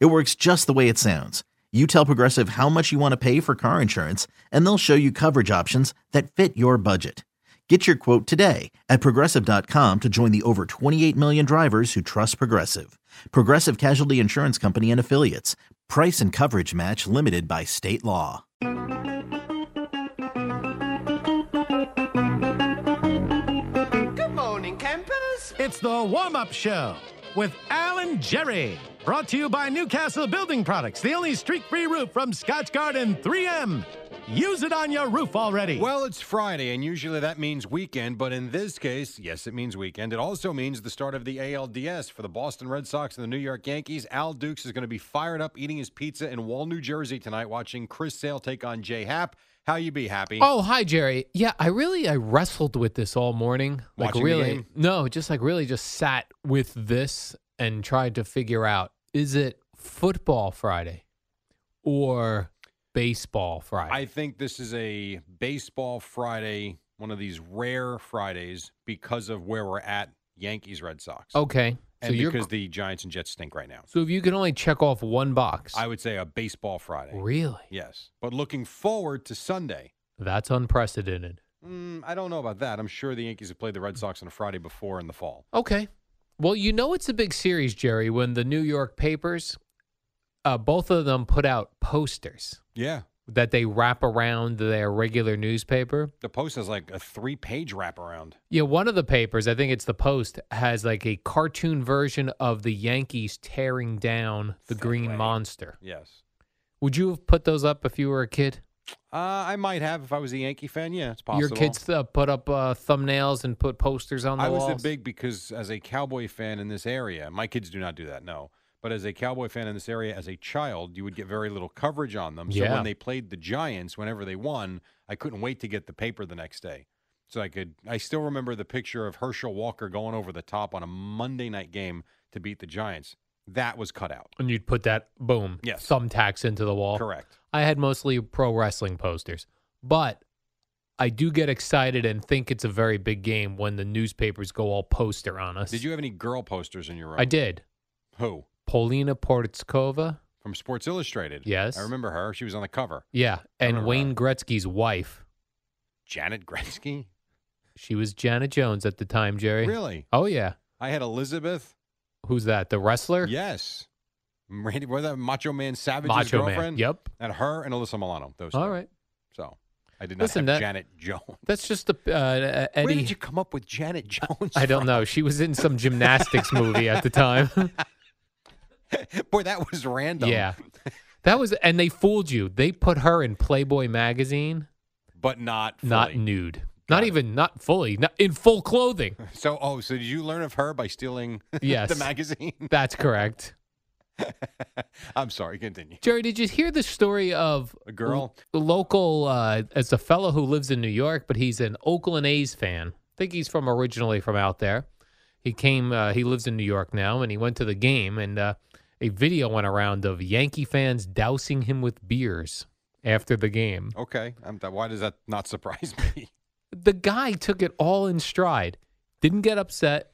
It works just the way it sounds. You tell Progressive how much you want to pay for car insurance, and they'll show you coverage options that fit your budget. Get your quote today at progressive.com to join the over 28 million drivers who trust Progressive. Progressive Casualty Insurance Company and Affiliates. Price and coverage match limited by state law. Good morning, campers. It's the warm up show with Alan Jerry. Brought to you by Newcastle Building Products, the only streak free roof from Scotch Garden 3M. Use it on your roof already. Well, it's Friday, and usually that means weekend, but in this case, yes, it means weekend. It also means the start of the ALDS for the Boston Red Sox and the New York Yankees. Al Dukes is going to be fired up eating his pizza in Wall, New Jersey tonight, watching Chris Sale take on Jay Happ. How you be happy? Oh, hi Jerry. Yeah, I really I wrestled with this all morning. Like Watching the really game? No, just like really just sat with this and tried to figure out is it football Friday or baseball Friday? I think this is a baseball Friday, one of these rare Fridays because of where we're at Yankees Red Sox. okay. So and Oh, you're because the Giants and Jets stink right now. So if you can only check off one box. I would say a baseball Friday. really? Yes. But looking forward to Sunday. That's unprecedented. Mm, I don't know about that. I'm sure the Yankees have played the Red Sox on a Friday before in the fall. Okay. Well, you know it's a big series, Jerry, when the New York papers uh, both of them put out posters Yeah. that they wrap around their regular newspaper. The Post has like a three page wraparound. Yeah, one of the papers, I think it's the Post, has like a cartoon version of the Yankees tearing down the Green Monster. Yes. Would you have put those up if you were a kid? Uh, I might have if I was a Yankee fan. Yeah, it's possible. Your kids uh, put up uh, thumbnails and put posters on the I was walls. a big because as a Cowboy fan in this area, my kids do not do that, no. But as a Cowboy fan in this area, as a child, you would get very little coverage on them. So Yeah. when they played the Giants, whenever they won, I couldn't wait to get the paper the next day. So I could, I still remember the picture of Herschel Walker going over the top on a Monday night game to beat the Giants. That was cut out. and you'd put that boom, Yes. thumbtacks into the wall. Correct. I had mostly pro wrestling posters, but I do get excited and think it's a very big game when the newspapers go all poster on us. Did you have any girl posters in your room? I did. Who? Paulina Portskova. From Sports Illustrated. Yes. I remember her. She was on the cover. Yeah, and remember Wayne Gretzky's wife. Janet Gretzky? She was Janet Jones at the time, Jerry. Really? Oh yeah. I had Elizabeth. Who's that? The wrestler? Yes. Randy, was that Macho Man Savage's Macho Man. girlfriend? Yep. And her and Alyssa Milano. Those All two. right. So I did not Listen, have that- Janet Jones. That's just the uh, Eddie. Where did you come up with Janet Jones? I don't know. She was in some gymnastics movie at the time. know. Boy, that was random. yeah. That was and they fooled you. They put her in Playboy magazine, But not fully. not nude. not it. even not fully, not in full clothing. So oh, so did you learn of her by stealing the Yes. magazine? That's correct. I'm sorry, continue. Jerry, did you hear the story of A girl? l- local? Uh, it's a fellow who lives in New York, but he's an Oakland A's fan. I think he's from originally from out there. He came. Uh, he lives in New York now, and he went to the game, and uh, a video went around of Yankee fans dousing him with beers after the game. Okay. I'm, that, why does that not surprise me? the guy took it all in stride, didn't get upset.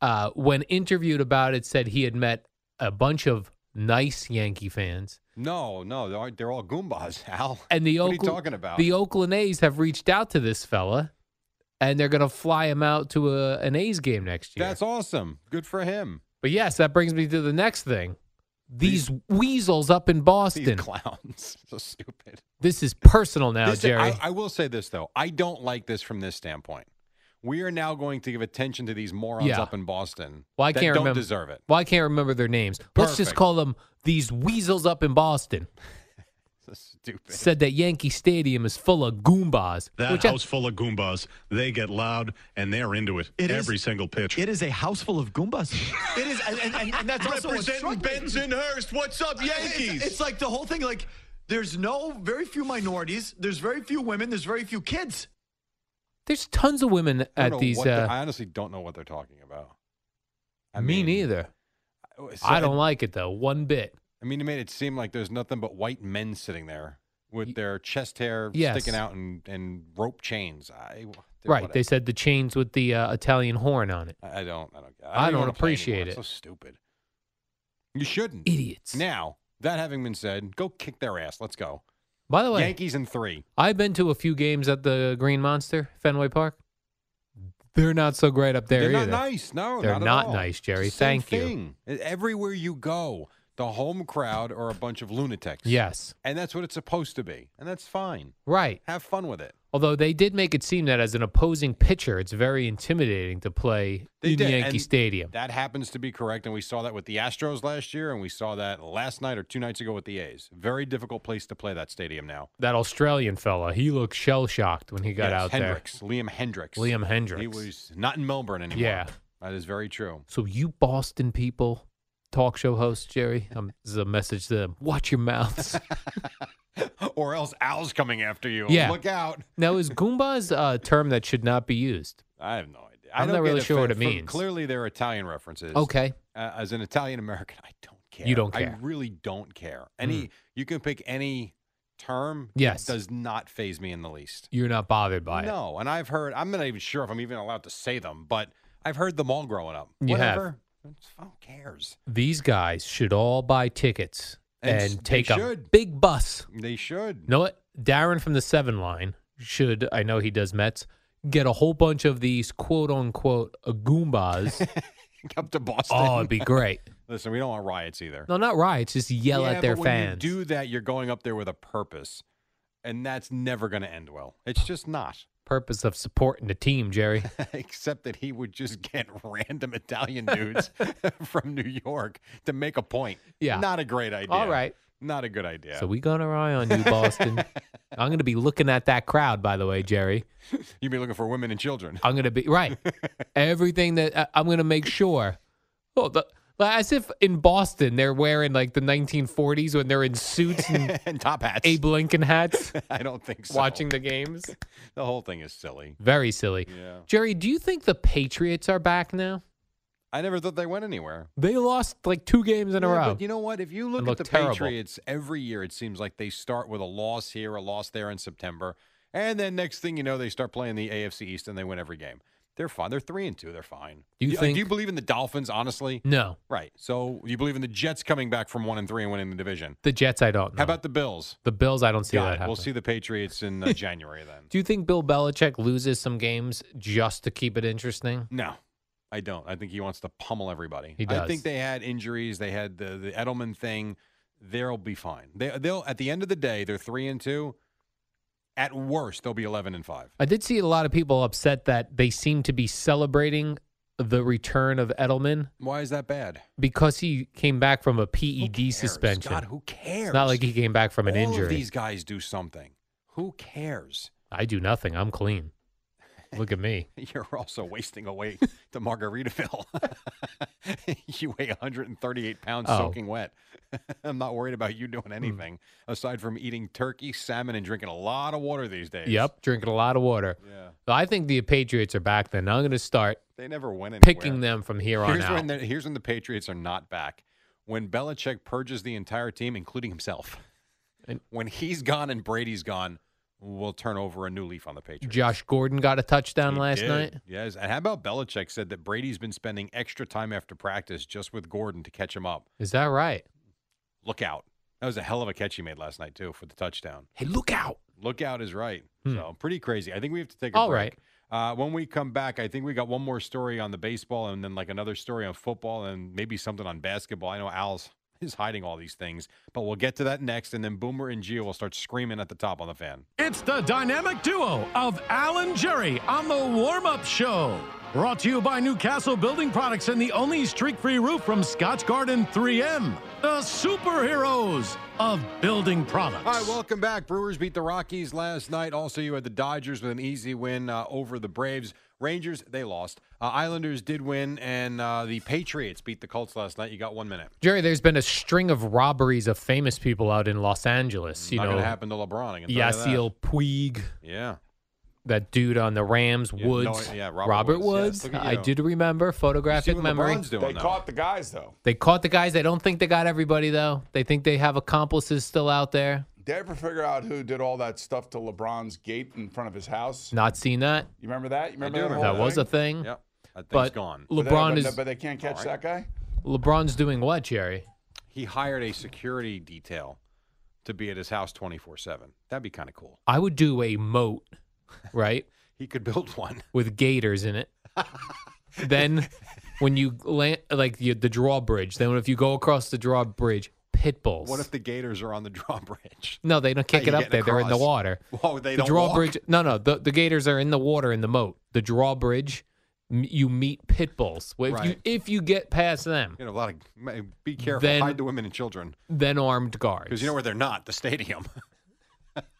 Uh, when interviewed about it, said he had met a bunch of nice Yankee fans, No, no, they're, they're all goombas, Al. and the what are you Oakland, talking about? the Oakland A's have reached out to this fella, and they're going to fly him out to a, an A's game next year. That's awesome. Good for him. but yes, that brings me to the next thing: these, weasels up in Boston. These clowns, so stupid. this is personal now, This- Jerry. I, I will say this though, I don't like this from this standpoint. We are now going to give attention to these morons Yeah. up in Boston. well, I that can't don't remember. deserve it. Well, I can't remember their names. Let's just Perfect. call them these weasels up in Boston. Stupid. said that Yankee Stadium is full of Goombas. That which I- house full of Goombas, they get loud and they're into it, It is- every single pitch. It is a house full of Goombas. it is, and, and- and- and that's also what struck me. Bensonhurst. What's up, It's, it's like the whole thing. Like, there's no very few minorities. There's very few women. There's very few kids. there's tons of women I don't at know these. what they're- Uh, I honestly don't know what they're talking about. me mean, neither. so I don't it- like it though, one bit. I mean, it made it seem like there's nothing but white men sitting there with their chest hair Yes. sticking out and, and rope chains. I dude, right? what- They said the chains with the uh, Italian horn on it. I I don't. I don't. I don't, I even don't wanna play appreciate anymore. It's it. so stupid. You shouldn't. Idiots. Now that having been said, go kick their ass. Let's go. By the way, Yankees in three. I've been to a few games at the Green Monster, Fenway Park. They're not so great up there They're either. not nice. No, They're not, at not all. nice, Jerry. It's the same Thank you. thing. Everywhere you go, the home crowd are a bunch of lunatics. Yes, and that's what it's supposed to be, and that's fine. right. Have fun with it. Although they did make it seem that as an opposing pitcher, it's very intimidating to play They in did, Yankee and Stadium. That happens to be correct, and we saw that with the Astros last year, and we saw that last night or two nights ago with the A's. Very difficult place to play that stadium now. That Australian fella, he looked shell shocked when he got Yes, out Hendricks, Liam Hendricks. there. Liam Hendricks. He was not in Melbourne anymore. Yeah. that is very true. So you Boston people, talk show hosts, Jerry, um, this is a message to them. Watch your mouths. or else Al's coming after you. Yeah. look out. now, is Goomba's a term that should not be used? I have no idea. I'm don't not get really sure what for- it for- means. Clearly, they're Italian references. Okay. uh, as an Italian American, I don't care. You don't I care. Mm. really don't care. Any you can pick any term. it Yes. does not phase me in the least. You're not bothered by it. No, and I've heard. I'm not even sure if I'm even allowed to say them, but I've heard them all growing up. You have. Whatever. It's- Who cares? These guys should all buy tickets And and, s- they take a should. big bus. They should. You know what? Darren from the seven line should, I know he does Mets, get a whole bunch of these quote unquote uh, Goombas. Up to Boston. oh, it'd be great. Listen, we don't want riots either. No, not riots, just yell Yeah, at their but fans. When you do that, you're going up there with a purpose, and that's never going to end well. It's just not. Purpose of supporting the team, Jerry. Except that he would just get random Italian dudes from New York to make a point. Yeah. Not a great idea. All right. Not a good idea. So we got our eye on you, Boston. I'm going to be looking at that crowd, by the way, Jerry. You'd be looking for women and children. I'm going to be right. Everything that I- I'm going to make sure. Well, the, like, as if in Boston they're wearing like the 1940s when they're in suits and and top hats. Abe Lincoln hats, I don't think so. watching the games. the whole thing is silly. Very silly. Yeah. Jerry, do you think the Patriots are back now? I never thought they went anywhere. They lost like two games in a Yeah, row. But you know what? If you look It at looked the terrible. Patriots every year, it seems like they start with a loss here, a loss there in September, and then next thing you know, they start playing the AFC East and they win every game. They're fine. They're three and two. They're fine. You like, think- do you believe in the Dolphins? Honestly, no, right. So you believe in the Jets coming back from one and three and winning the division? the Jets. I don't. Know. How about the Bills? the Bills? I don't see that God, happen. we'll see the Patriots in uh, January then. Do you think Bill Belichick loses some games just to keep it interesting? No, I don't. I think he wants to pummel everybody. He I does. think they had injuries. They had the, the Edelman thing. They'll be fine. They, they'll at the end of the day, they're three and two. At worst, they'll be eleven and five. I did see a lot of people upset that they seem to be celebrating the return of Edelman Why is that bad? because he came back from a Who PED cares? E suspension. God, who cares? It's not like he came back from an All of injury. these guys do something. Who cares? I do nothing. I'm clean. Look at me. You're also wasting away to Margaritaville. you weigh 138 pounds Oh. Hmm. soaking wet. I'm not worried about you doing anything aside from eating turkey, salmon, and drinking a lot of water these days. Yep, drinking a lot of water. Yeah. So I think the Patriots are back. Then I'm going to start They never went anywhere. picking them from here on Here's out. when, the, here's when the Patriots are not back. When Belichick purges the entire team, including himself. And- when he's gone and Brady's gone, we'll turn over a new leaf on the Patriots. Josh Gordon got a touchdown He last did. night. Yes. And how about Belichick said that Brady's been spending extra time after practice just with Gordon to catch him up? Is that right? Look out. That was a hell of a catch he made last night, too, for the touchdown. Hey, look out! Look out is right. Hmm. So pretty crazy. I think we have to take a All break. Uh, when we come back, I think we got one more story on the baseball and then like another story on football and maybe something on basketball. I know Al's is hiding all these things, but we'll get to that next. And then Boomer and Gio will start screaming at the top on the fan. It's the dynamic duo of Al and Jerry on the warm up show. Brought to you by Newcastle Building Products and the only streak free roof from Scotch Garden 3M. the superheroes of building products. All right, welcome back. Brewers beat the Rockies last night. Also, you had the Dodgers with an easy win uh, over the Braves. Rangers, they lost. Uh, Islanders did win, and uh, the Patriots beat the Colts last night. You got one minute. Jerry, there's been a string of robberies of famous people out in Los Angeles. You Not know, going to happen to LeBron. I can tell you that. Yasiel Puig, Yeah. that dude on the Rams, Yeah, no, Woods, yeah, Robert Woods, Woods. yes, look at I you. did remember You see photographic what memory. LeBron's doing, though. the guys though. They caught the guys. They don't think they got everybody though. They think they have accomplices still out there. Did you ever figure out who did all that stuff to LeBron's gate in front of his house? Not seen that. You remember that? You remember do that? remember whole That was thing? a thing. Yep. That thing's Mm. But gone. But they- LeBron but, is but they can't catch that guy. LeBron's doing what, Jerry? He hired a security detail to be at his house 24 7. That'd be kind of cool. I would do a moat, right, He could build one. with gators in it. then, when you land, like you, the drawbridge, then if you go across the drawbridge, pit bulls. What if the Gators are on the drawbridge? no, they don't How can't get you up getting there. They're in the across? water. Whoa, they the don't drawbridge. walk? No, no. The, the gators are in the water in the moat. The drawbridge. m- You meet pit bulls. If you Right. if you get past them, You know, a lot of. Be careful. Then- Hide the women and children. then armed guards. Because you know where they're not, the stadium.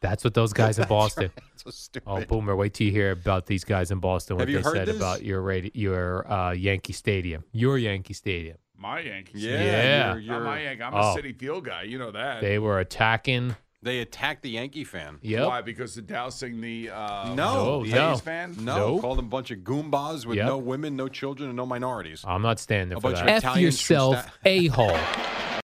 That's what those guys in Boston. so stupid. Oh, Boomer, wait till you hear about these guys in Boston. What Have you they heard said this? about your radio, your uh, Yankee Stadium, your Yankee Stadium. My Yankees. Yeah, Yeah. you're- you're- Not my Yankee. I'm Oh. a City Field guy. You know that. They were attacking. they attacked the Yankee fan. Yep. Why? Because the dousing the No, uh, No, Yankees no. fan. Oh, No, Nope. called them a bunch of goombas with Yep. no women, no children, and no minorities. I'm not standing A for bunch of that. F Italians from yourself, Sta- a hole.